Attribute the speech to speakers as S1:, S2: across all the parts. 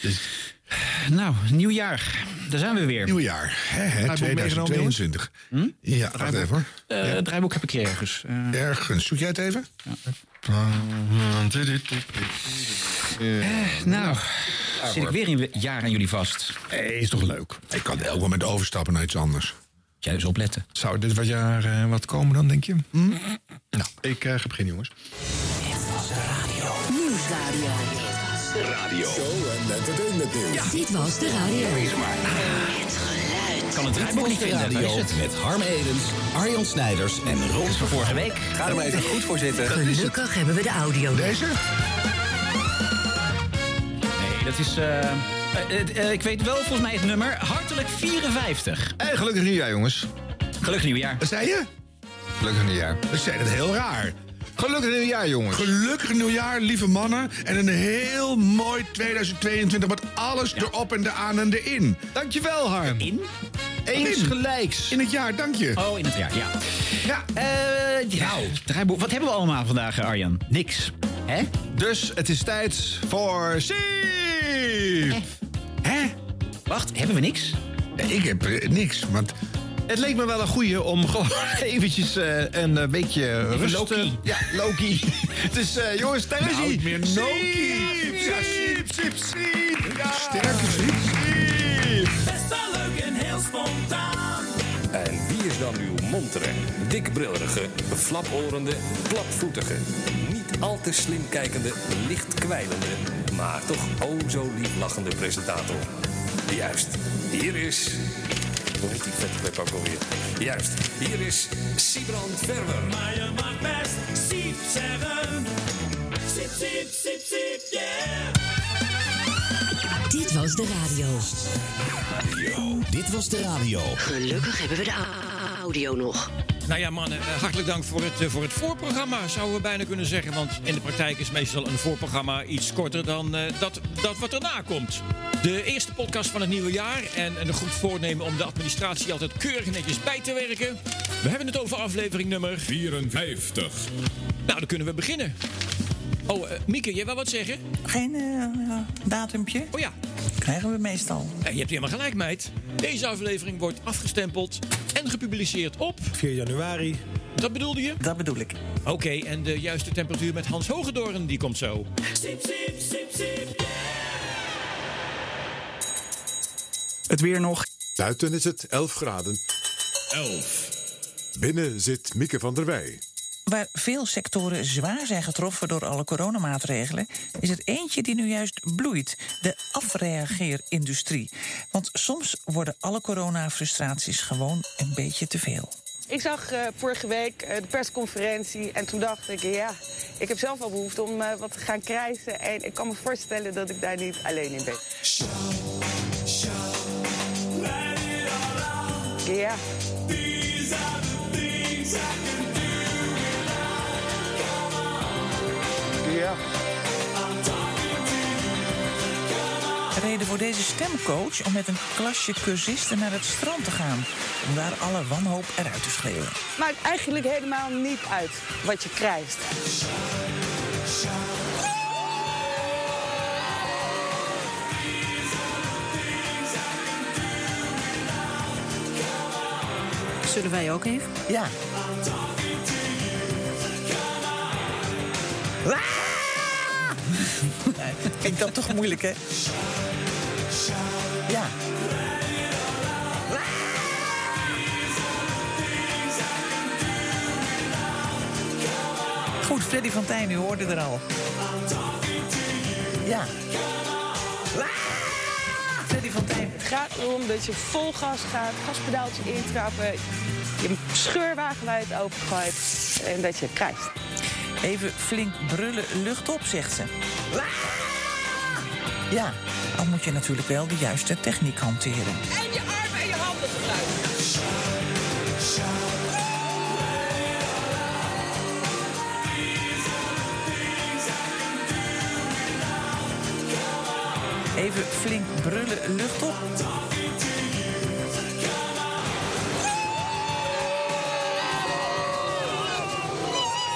S1: Dus
S2: Nou, nieuwjaar. Daar zijn we weer.
S1: nieuwjaar, hè, hè,
S3: Draaiboek Ehm, meegenomen, jongens? Hm?
S1: 2022. Ja, wacht even hoor.
S2: Eh, Het draaiboek heb ik hier ergens. Eh,
S1: Ergens. Zoek jij het even?
S2: nou, zit ik weer een we- jaar aan jullie vast.
S3: Nee, Eh, is toch leuk?
S1: Ik kan elk moment overstappen naar iets anders.
S2: Moet Jij dus opletten.
S3: Zou dit wat jaar eh, wat komen dan, denk je?
S1: Hm?
S3: Nou, ik eh, ga beginnen, jongens.
S4: Nieuwsradio.
S5: En entertainment nieuws.
S4: Dit was de radio. Het geluid.
S2: Kan het draaiboek niet vinden. Waar is het?
S6: met Harm Edens, Arjan Snijders en Ron van
S2: Vorige week.
S6: Ga er maar even goed voor zitten.
S4: Gelukkig hebben we de audio. nog.
S1: Deze?
S2: Nee, dat is... eh, eh, eh, eh, ik weet wel volgens mij het nummer. Hartelijk 54.
S3: Hey, gelukkig nieuwjaar, jongens.
S2: Gelukkig nieuwjaar.
S1: Dat zei je?
S3: Gelukkig nieuwjaar.
S1: We zeiden het heel raar.
S3: Gelukkig nieuwjaar, jongens.
S1: Gelukkig nieuwjaar, lieve mannen. En een heel mooi 2022 met alles erop en eraan en erin.
S3: Dankjewel, Harm.
S2: In?
S3: Eens
S1: In.
S3: gelijks.
S1: In het jaar, dank je.
S2: Oh, in het jaar, ja.
S3: Ja.
S2: Eh, nou, draaiboek. Wat hebben we allemaal vandaag, eh, Arjan? Niks. Hè?
S3: Dus het is tijd voor Sief.
S2: Hè? Wacht, hebben we niks?
S1: Ik heb eh, niks, want
S3: Het leek me wel een goeie om gewoon
S2: Oh,
S3: eventjes eh, een eh, weekje rust...
S2: Loki.
S3: eh, Ja, Loki. dus eh, jongens, daar
S7: Nou,
S3: is hij.
S1: Nou, meer
S3: Siep,
S1: Loki. Ja,
S3: Siep, Siep, Siep. Ja.
S1: sterke vriend.
S3: Siep.
S5: En wie is dan uw montere, dikbrillerige, flaporende, klapvoetige, niet al te slim kijkende, licht kwijlende, maar toch o zo lief lachende presentator? Juist, hier is. Hoe heet die vette pep ook alweer? Juist, hier is Sibrand Verwer.
S8: Maar je mag best siep zeggen. Siep, siep, siep, siep, yeah.
S4: Dit was de radio.
S6: Dit was de radio.
S4: Gelukkig hebben we de au- audio nog.
S7: Nou ja, mannen, eh, hartelijk dank voor het, eh, voor het voorprogramma, zouden we bijna kunnen zeggen. Want in de praktijk is meestal een voorprogramma iets korter dan eh, dat, dat wat erna komt. De eerste podcast van het nieuwe jaar en een goed voornemen om de administratie altijd keurig netjes bij te werken. We hebben het over aflevering nummer
S9: 54.
S7: Nou, dan kunnen we beginnen. Oh, eh, Mieke, jij wil wat zeggen?
S10: Geen eh, datumpje?
S7: Oh ja,
S10: Krijgen we meestal.
S7: eh, je hebt helemaal gelijk, meid. Deze aflevering wordt afgestempeld en gepubliceerd op...
S11: 4 januari.
S7: Dat bedoelde je?
S10: Dat bedoel ik.
S7: Oké, en de juiste temperatuur met Hans Hogedoren, die komt zo.
S8: Siep, siep, siep, siep,
S10: Het weer nog.
S9: Buiten is het 11 graden. 11. Binnen zit Mieke van der Wij.
S10: Waar veel sectoren zwaar zijn getroffen door alle coronamaatregelen, is er eentje die nu juist bloeit: de afreageerindustrie. Want soms worden alle coronafrustraties gewoon een beetje te veel.
S8: Ik zag eh, vorige week eh, de persconferentie en toen dacht ik, ja, ik heb zelf wel behoefte om eh, wat te gaan krijsen. En ik kan me voorstellen dat ik daar niet alleen in ben. Ja.
S10: Reden voor deze stemcoach om met een klasje cursisten naar het strand te gaan. Om daar alle wanhoop eruit te schreeuwen.
S8: Maakt eigenlijk helemaal niet uit wat je krijgt.
S4: Zullen wij ook even?
S10: Ja. Ah! Nee, Vind ik dat toch moeilijk, hè? Ja. Ah! Goed, Freddy van Tijn, u hoorde er al. Ja. Ah! Freddy van Tijn.
S8: Het gaat erom dat je vol gas gaat, gaspedaaltje intrappen, je scheurwagen wijd opengooit en dat je krijgt.
S10: Even flink brullen lucht op, zegt ze. Ja, dan moet je natuurlijk wel de juiste techniek hanteren.
S8: En je armen en je handen gebruiken.
S10: Even flink brullen lucht op.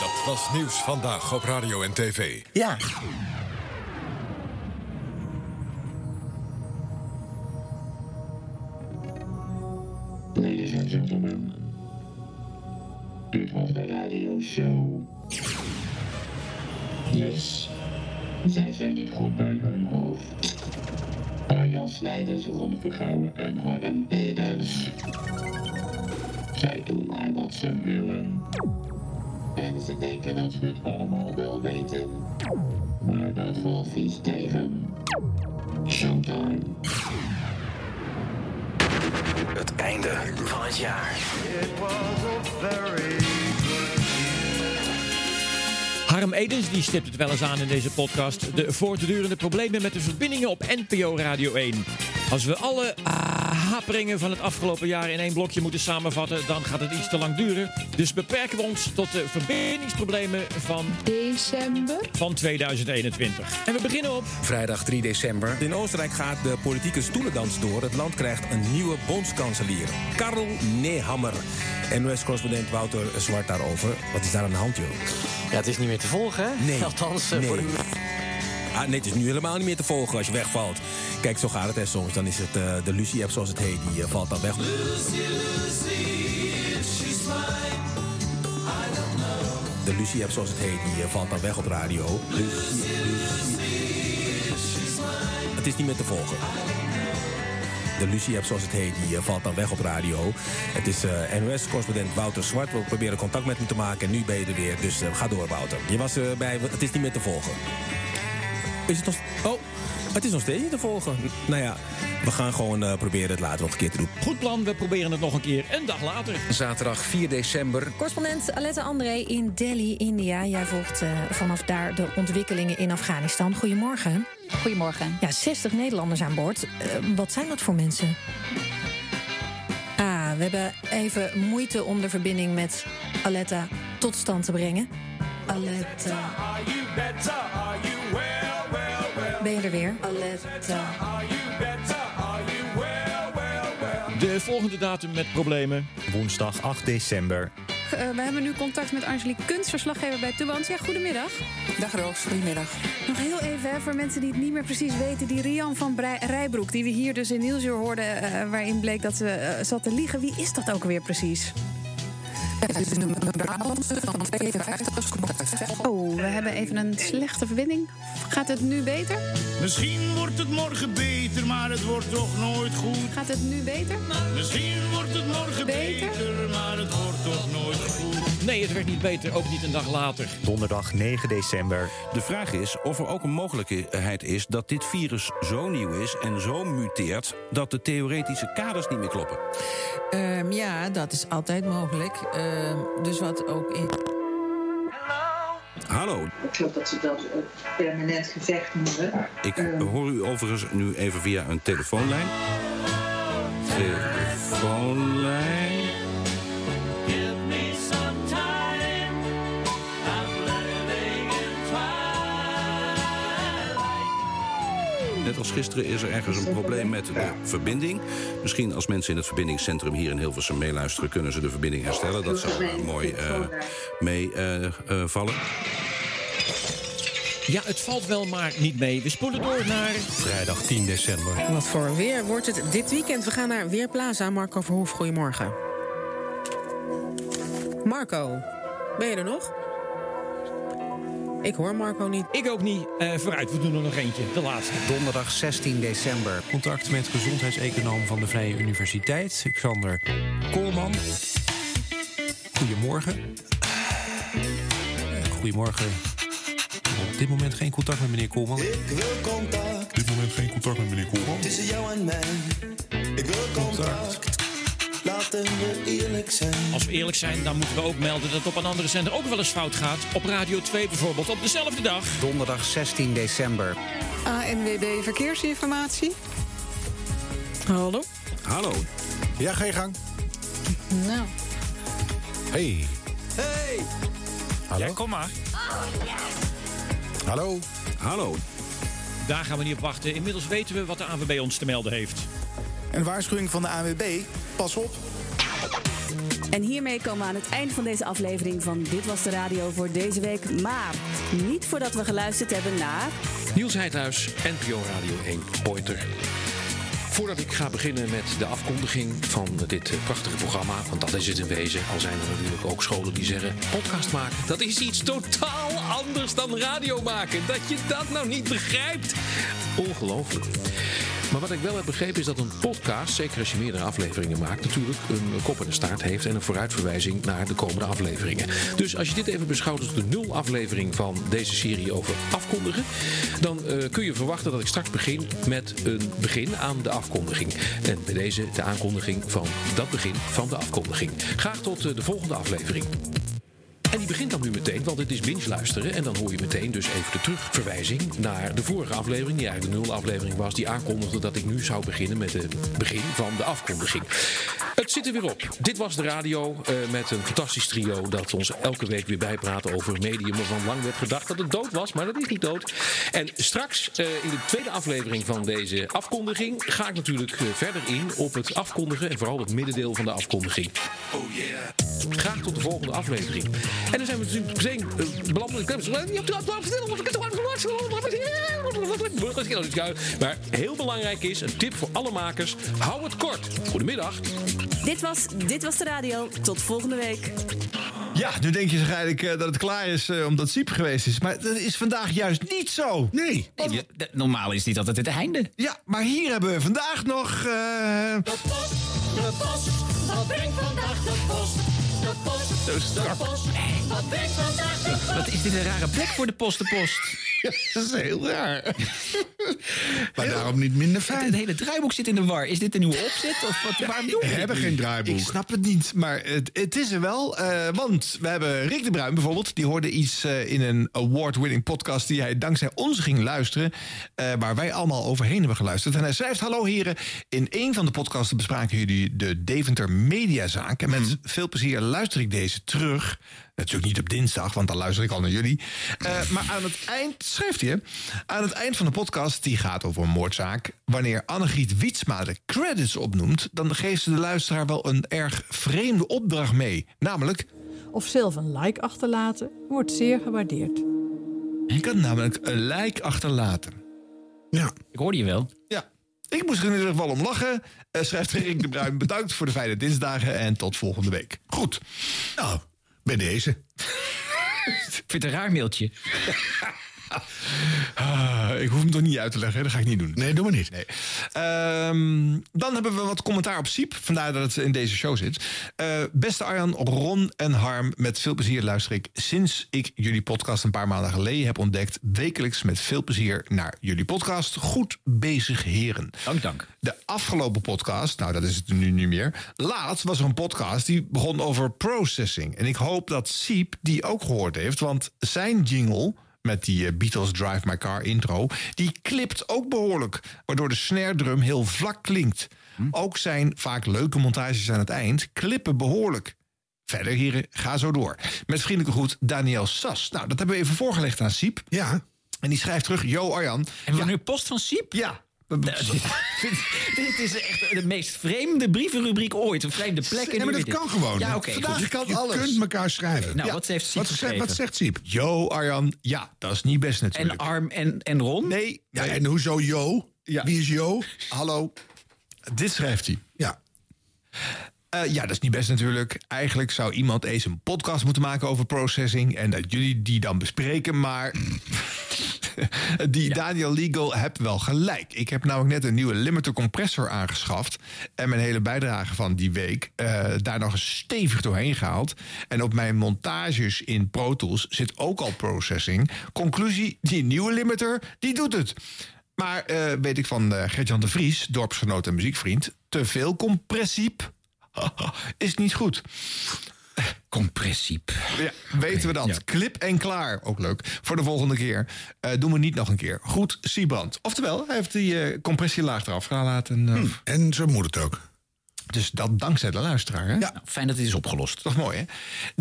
S9: Dat was nieuws vandaag op radio en tv.
S10: Ja.
S12: gentlemen, dit was de radio show. Yes, zij zijn niet goed bij hun hoofd. Arjan Snijders, Ron Vergouwen en Harren Edens. Zij doen maar wat ze willen. En ze denken dat ze het allemaal wel weten. Maar dat valt vies tegen. Showtime.
S13: Het einde van het jaar.
S7: Harm Edens die stipt het wel eens aan in deze podcast. De voortdurende problemen met de verbindingen op NPO Radio 1. Als we alle ah, haperingen van het afgelopen jaar in één blokje moeten samenvatten, dan gaat het iets te lang duren. Dus beperken we ons tot de verbindingsproblemen van
S14: December.
S7: van 2021. En we beginnen op
S5: Vrijdag 3 december. In Oostenrijk gaat de politieke stoelendans door. Het land krijgt een nieuwe bondskanselier. Karl Nehammer. NOS-correspondent Wouter Zwart daarover. Wat is daar aan de hand, joh? Ja, het is niet meer te volgen, hè? Nee.
S15: Althans, eh,
S5: nee.
S15: voor de-
S5: Ah, nee, het is nu helemaal niet meer te volgen als je wegvalt. Kijk, zo gaat het hè, soms. Dan is het eh, de Lucie-app, zoals het heet, die eh, valt dan weg. De Lucie-app, zoals het heet, die eh, valt dan weg op radio. Het is niet meer te volgen. De Lucie-app, zoals het heet, die eh, valt dan weg op radio. Het is eh NOS-correspondent Wouter Zwart. We proberen contact met hem te maken en nu ben je er weer. Dus eh, ga door, Wouter. Je was eh, bij... Het is niet meer te volgen. Is het nog... Oh, het is nog steeds niet te volgen. N- Nou ja, we gaan gewoon eh, proberen het later nog een keer te doen.
S7: Goed plan, we proberen het nog een keer een dag later.
S5: Zaterdag 4 december.
S4: Correspondent Aletta André in Delhi, India. Jij volgt eh, vanaf daar de ontwikkelingen in Afghanistan. Goedemorgen.
S14: Goedemorgen.
S4: Ja, 60 Nederlanders aan boord. Eh, wat zijn dat voor mensen? Ah, we hebben even moeite om de verbinding met Aletta tot stand te brengen. Aletta, ben je er weer? Aletta.
S7: De volgende datum met problemen.
S16: Woensdag 8 december.
S17: Eh, we hebben nu contact met Angelique Kunst, verslaggever bij Tubantia. goedemiddag.
S10: Dag Roos, goedemiddag.
S17: Nog heel even, hè, voor mensen die het niet meer precies weten... die Rian van Brij- Rijbroek, die we hier dus in Nieuwsuur hoorden... eh, waarin bleek dat ze eh, zat te liegen. Wie is dat ook weer precies?
S10: Het is een Brabantse van 52 is
S17: Oh, we hebben even een slechte verbinding. Gaat het nu beter?
S18: Misschien wordt het morgen beter, maar het wordt toch nooit goed.
S17: Gaat het nu beter?
S18: Misschien wordt het morgen beter, maar het wordt toch nooit goed.
S7: Nee, het werd niet beter, ook niet een dag later.
S16: Donderdag 9 december.
S19: De vraag is of er ook een mogelijkheid is dat dit virus zo nieuw is en zo muteert dat de theoretische kaders niet meer kloppen.
S10: Ehm, ja, dat is altijd mogelijk. Ehm, dus wat ook in.
S19: Hallo,
S20: Ik geloof dat ze dat een permanent Ehm. gevecht noemen.
S19: ik hoor u overigens nu even via een telefoonlijn. Telefoonlijn. Net als gisteren is er ergens een probleem met de verbinding. Misschien als mensen in het verbindingscentrum hier in Hilversum meeluisteren, kunnen ze de verbinding herstellen. Dat zou eh, mooi meevallen.
S7: Ja, het valt wel maar niet mee. We spoelen door naar...
S19: Vrijdag 10 december.
S10: Wat voor weer wordt het dit weekend? We gaan naar Weerplaza. Marco Verhoef, goedemorgen. Marco, ben je er nog? Ik hoor Marco niet.
S7: Ik ook niet. Eh, vooruit, we doen er nog eentje. De laatste.
S1: Donderdag 16 december. Contact met gezondheidseconoom van de Vrije Universiteit, Xander Koolman. Goedemorgen. Eh, Goedemorgen. Op dit moment geen contact met meneer Koolman.
S21: Ik wil contact
S1: Op dit moment geen contact met meneer Koolman.
S21: tussen jou en mij. Ik wil contact. Laten we eerlijk zijn.
S7: Als we eerlijk zijn, dan moeten we ook melden dat het op een andere zender ook wel eens fout gaat. Op Radio 2 bijvoorbeeld, op dezelfde dag.
S1: Donderdag 16 december.
S10: ANWB Verkeersinformatie. Hallo.
S19: Hallo.
S1: Ja, ga je gang.
S10: Nou.
S1: Hey.
S10: Hey!
S1: Hallo?
S10: Ja, kom maar.
S7: Hallo.
S19: Hallo.
S7: Daar gaan we niet op wachten. Inmiddels dus weten we wat de AWB ons te melden heeft.
S22: Een waarschuwing van de ANWB. Pas op.
S8: En hiermee komen we aan het eind van deze aflevering van Dit Was De Radio voor deze week. Maar niet voordat we geluisterd hebben naar...
S23: Niels Heidhuis, NPO Radio 1, Pointer.
S7: Voordat ik ga beginnen met de afkondiging van dit eh, prachtige programma, want dat is het in wezen, al zijn er natuurlijk ook scholen die zeggen: podcast maken, dat is iets totaal anders dan radio maken. Dat je dat nou niet begrijpt. Ongelooflijk. Maar wat ik wel heb begrepen is dat een podcast, zeker als je meerdere afleveringen maakt, natuurlijk een kop en een staart heeft en een vooruitverwijzing naar de komende afleveringen. Dus als je dit even beschouwt als de nul aflevering van deze serie over afkondigen, dan eh, kun je verwachten dat ik straks begin met een begin aan de afkondiging. En bij deze de aankondiging van dat begin van de afkondiging. Graag tot eh, de volgende aflevering. En die begint dan nu meteen, want het is binge luisteren. En dan hoor je meteen dus even de terugverwijzing naar de vorige aflevering. Die eigenlijk de nul aflevering was. Die aankondigde dat ik nu zou beginnen met het begin van de afkondiging. Het zit er weer op. Dit was de radio eh, met een fantastisch trio. Dat ons elke week weer bijpraat over medium. Waarvan lang werd gedacht dat het dood was. Maar dat is niet dood. En straks eh, in de tweede aflevering van deze afkondiging. Ga ik natuurlijk eh, verder in op het afkondigen. En vooral het middendeel van de afkondiging. Oh yeah. Graag tot de volgende aflevering. En dan zijn we natuurlijk meteen eh, beland in de clubs. Misschien al iets uit. Maar heel belangrijk is, een tip voor alle makers. Hou het kort. Goedemiddag.
S24: Dit was Dit was de radio. Tot volgende week.
S1: Ja, nu denk je toch eigenlijk eh, dat het klaar is eh, omdat Siep geweest is. Maar dat is vandaag juist niet zo. Nee. normaal is niet altijd het einde. Ja, maar hier hebben we vandaag nog... eh,
S25: De post, wat brengt vandaag de post? De post,
S1: Zo strak.
S25: de post, wat brengt vandaag de post?
S2: Wat is dit een rare plek voor de post de post?
S1: dat is heel raar.
S2: maar
S1: daarom niet minder
S2: fijn. Het, het hele draaiboek zit in de war. Is dit een nieuwe opzet? Of wat, waarom doen we
S1: We
S2: dit
S1: hebben
S2: nu?
S1: geen draaiboek. Ik snap het niet, maar het, het is er wel. eh, want we hebben Rick de Bruin bijvoorbeeld. Die hoorde iets eh, in een award-winning podcast... die hij dankzij ons ging luisteren. eh, waar wij allemaal overheen hebben geluisterd. En hij schrijft... Hallo heren, in een van de podcasten bespraken jullie de Deventer Mediazaak. En met
S7: Mhm.
S1: veel plezier luister ik deze terug... Natuurlijk niet op dinsdag, want dan luister ik al naar jullie. Eh, maar aan het eind, schrijft hij, hè, aan het eind van de podcast, die gaat over een moordzaak. Wanneer Annegriet Wietsma de credits opnoemt, dan geeft ze de luisteraar wel een erg vreemde opdracht mee. Namelijk.
S26: Of zelf een like achterlaten wordt zeer gewaardeerd.
S1: Je kan namelijk een lijk achterlaten. Ja. Ik hoorde je wel. Ja. Ik moest er in ieder geval om lachen. Eh, schrijft Rick de Bruin, bedankt voor de fijne dinsdagen en tot volgende week. Goed. Nou, bij deze.
S2: Ik vind het een raar mailtje.
S1: Ah, ik hoef hem toch niet uit te leggen, hè? dat ga ik niet doen. Nee, doe maar niet. dan hebben we wat commentaar op Siep, vandaar dat het in deze show zit. Eh, beste Arjan, Ron en Harm, met veel plezier luister ik sinds ik jullie podcast een paar maanden geleden heb ontdekt. Wekelijks met veel plezier naar jullie podcast. Goed bezig, heren. Dank, dank. De afgelopen podcast, nou dat is het nu niet meer. Laatst was er een podcast die begon over processing. En ik hoop dat Siep die ook gehoord heeft, want zijn jingle met die eh, Beatles Drive My Car intro. Die klipt ook behoorlijk, waardoor de snare drum heel vlak klinkt. Ook zijn vaak leuke montages aan het eind klippen behoorlijk. Verder, heren, ga zo door. Met vriendelijke groet, Daniel Sas. Nou, dat hebben we even voorgelegd aan Siep. Ja. En die schrijft terug, yo Arjan. En we nu post van Siep? Ja.
S2: dit is echt de meest vreemde brievenrubriek ooit. Een vreemde plek. en
S27: Nee, maar
S2: nu
S27: dat
S2: weer dit.
S27: kan gewoon.
S2: Ja,
S27: hè?
S2: oké.
S27: Vandaag
S2: goed.
S27: kan alles. Je kunt elkaar schrijven.
S2: Nou,
S27: Ja.
S2: wat heeft Siep
S27: wat, zegt-
S2: geschreven?
S27: wat zegt Siep?
S1: Yo, Arjan. Ja, dat is niet best natuurlijk.
S27: En
S2: Arm en, en Ron?
S1: Nee.
S27: Ja, en hoezo Jo? Wie is Jo?
S1: Hallo. Dit schrijft hij.
S27: Ja.
S1: Eh, ja, dat is niet best natuurlijk. Eigenlijk zou iemand eens een podcast moeten maken over processing. En dat jullie die dan bespreken, maar. Die Daniel Legal hebt wel gelijk. Ik heb namelijk net een nieuwe limiter compressor aangeschaft. En mijn hele bijdrage van die week eh, daar nog eens stevig doorheen gehaald. En op mijn montages in Pro Tools zit ook al processing. Conclusie, die nieuwe limiter, die doet het. Maar eh, weet ik van eh Gert-Jan de Vries, dorpsgenoot en muziekvriend... te veel compressie is niet goed. Compressie. Ja, weten we dat. Clip en klaar. Ook leuk. Voor de volgende keer. Eh, doen we niet nog een keer. Goed, Siebrand. Oftewel, hij heeft die eh, compressielaag eraf gelaten. En zo moet het ook. Dus dat dankzij de luisteraar. Hè? Ja. fijn dat het is opgelost. Toch mooi, hè?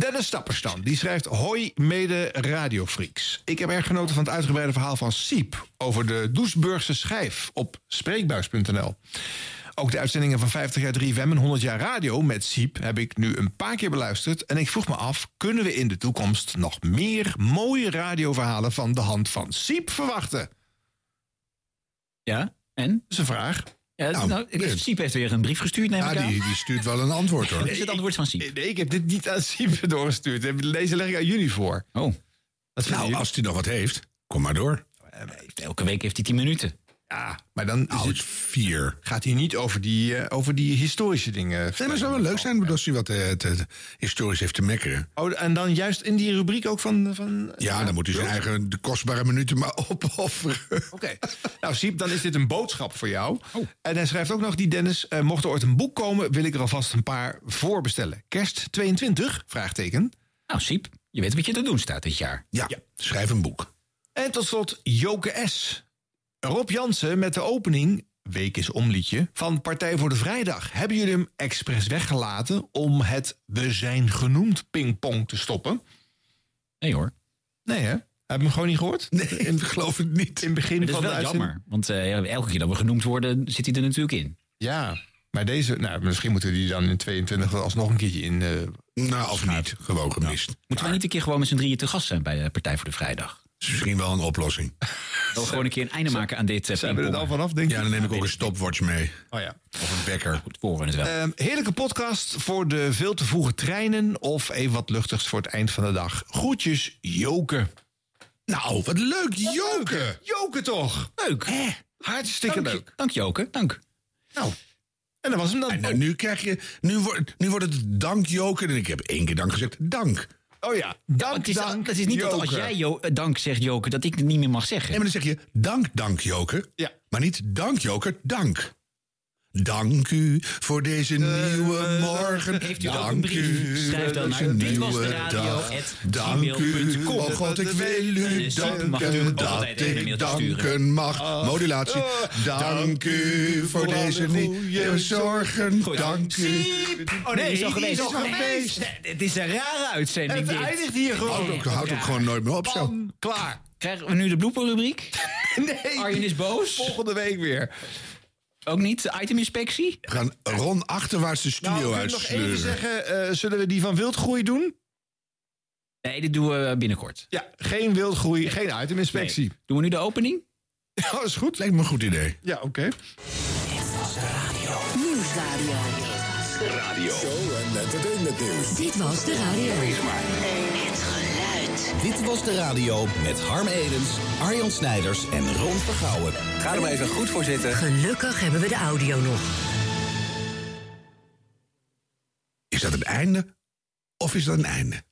S1: Dennis Stappers dan. Die schrijft... Hoi, mede radiofreaks. Ik heb erg genoten van het uitgebreide verhaal van Siep... over de Doesburgse schijf op spreekbuis.nl. Ook de uitzendingen van 50 jaar 3FM en 100 jaar radio met Siep... heb ik nu een paar keer beluisterd. En ik vroeg me af, kunnen we in de toekomst... nog meer mooie radioverhalen van de hand van Siep verwachten? Ja, en? Dat is een vraag.
S2: Ja, nou,
S7: nee.
S2: Siep heeft weer een brief gestuurd, neem
S7: Ja,
S2: ik aan.
S7: die, die stuurt wel een antwoord hoor.
S2: Is het antwoord van Siep?
S1: Nee, ik heb dit niet aan Siep doorgestuurd. Deze leg ik aan jullie voor.
S2: Oh.
S7: nou, als hij nog wat heeft, kom maar door.
S2: Elke week heeft hij 10 minuten.
S7: Ah,
S1: Ja, maar dan is Nou, het
S7: vier.
S1: Gaat hier niet over die, eh, over die historische dingen. Nee,
S7: maar het zou wel leuk zijn als hij wat eh, te- te- historisch heeft te mekkeren.
S1: Oh, en dan juist in die rubriek ook van... van
S7: Ja, dan moet hij zijn eigen de kostbare minuten maar opofferen.
S1: Oké. Nou, Siep, dan is dit een boodschap voor jou.
S7: Oh.
S1: En hij schrijft ook nog, die Dennis, eh, mocht er ooit een boek komen... wil ik er alvast een paar voor bestellen. Kerst 22? Vraagteken.
S2: Nou, Siep, je weet wat je te doen staat dit jaar.
S7: Ja, schrijf een boek.
S1: En tot slot Joke S. Rob Jansen met de opening, week is omliedje, van Partij voor de Vrijdag. Hebben jullie hem expres weggelaten om het We zijn genoemd pingpong te stoppen?
S2: Nee hoor.
S1: Nee hè? Heb je hem gewoon niet gehoord? Nee, ik geloof het niet. In het begin
S2: Maar dat is
S1: van de
S2: wel
S1: uitzending?
S2: jammer. Want eh, ja, elke keer dat we genoemd worden, zit hij er natuurlijk in.
S1: Ja, maar deze, nou, misschien moeten we die dan in 22 wel alsnog een keertje in.
S7: nou, of niet, gewoon gemist.
S2: Moeten wij niet een keer gewoon met z'n drieën te gast zijn bij de Partij voor de Vrijdag?
S7: is misschien wel een oplossing.
S2: Dat we gewoon een keer een einde maken aan dit. eh, pingpong.
S1: vanaf, denk
S7: Ja, dan neem ik ook een stopwatch mee.
S1: Oh ja.
S7: Of een wekker.
S2: Goed, voor het wel.
S1: Ehm, heerlijke podcast voor de veel te vroege treinen. Of even wat luchtigs voor het eind van de dag. Groetjes, Joke.
S7: Nou, wat leuk, Joke.
S1: Joke toch?
S2: Leuk.
S1: Hartstikke
S7: Dank je.
S1: leuk.
S2: Dank Joke, dank.
S1: Nou, en dat was hem dan.
S7: En nou, nu krijg je, nu wordt, nu wordt het dank Joker. En ik heb één keer dank gezegd, dank.
S1: Oh ja,
S2: Ja,
S1: dank,
S2: want het is,
S1: dank,
S2: dat is niet dat als
S1: Joke.
S2: jij jo- eh, dank zegt, Joke, dat ik het niet meer mag zeggen.
S7: Nee, maar dan zeg je dank, dank Joker.
S1: Ja.
S7: Maar niet dank Joker, dank. Dank u voor deze
S1: Eh.
S7: nieuwe morgen.
S2: Heeft u
S7: dank
S2: ook een brief? Schrijf dan
S7: voor
S2: naar
S7: deze Dank u,
S2: ditwasderadio@gmail.com.
S7: oh god, ik wil
S2: En
S7: u
S2: de Siep mag
S7: danken
S2: natuurlijk ook
S7: dat
S2: altijd even een
S7: ik
S2: mailtje sturen.
S7: danken mag. Modulatie.
S1: Eh,
S7: Dank u voor deze nieuwe zorgen. Dank u.
S2: Oh nee, die is al
S1: die
S2: geweest.
S1: is al
S2: Nee,
S1: geweest.
S2: Het is een rare uitzending.
S1: Het
S2: dit.
S1: eindigt hier
S7: Houd
S1: gewoon.
S7: ook, houd ook gewoon nooit meer op zo.
S1: Bam, klaar.
S2: Krijgen we nu de blooperrubriek?
S1: Nee.
S2: Arjen is boos.
S1: Volgende week weer.
S2: Ook niet? Iteminspectie?
S7: We gaan Ron achterwaarts de
S1: Nou,
S7: studio
S1: kun je nog even
S7: uitsleuren.
S1: zeggen, eh, zullen we die van wildgroei doen?
S2: Nee, dit doen we binnenkort.
S1: Ja, geen wildgroei, geen iteminspectie.
S2: Doen we nu de opening?
S1: Dat is goed.
S7: Lijkt me een Oh, goed idee.
S1: Ja, oké.
S4: Nieuwsradio.
S5: Radio.
S4: Dit was de radio. Het geluid.
S5: Dit was de radio met Harm Edens, Arjan Snijders en Ron Vergouwen. Ga er maar even goed voor zitten.
S4: Gelukkig hebben we de audio nog.
S7: Is dat een einde? Of is dat een einde?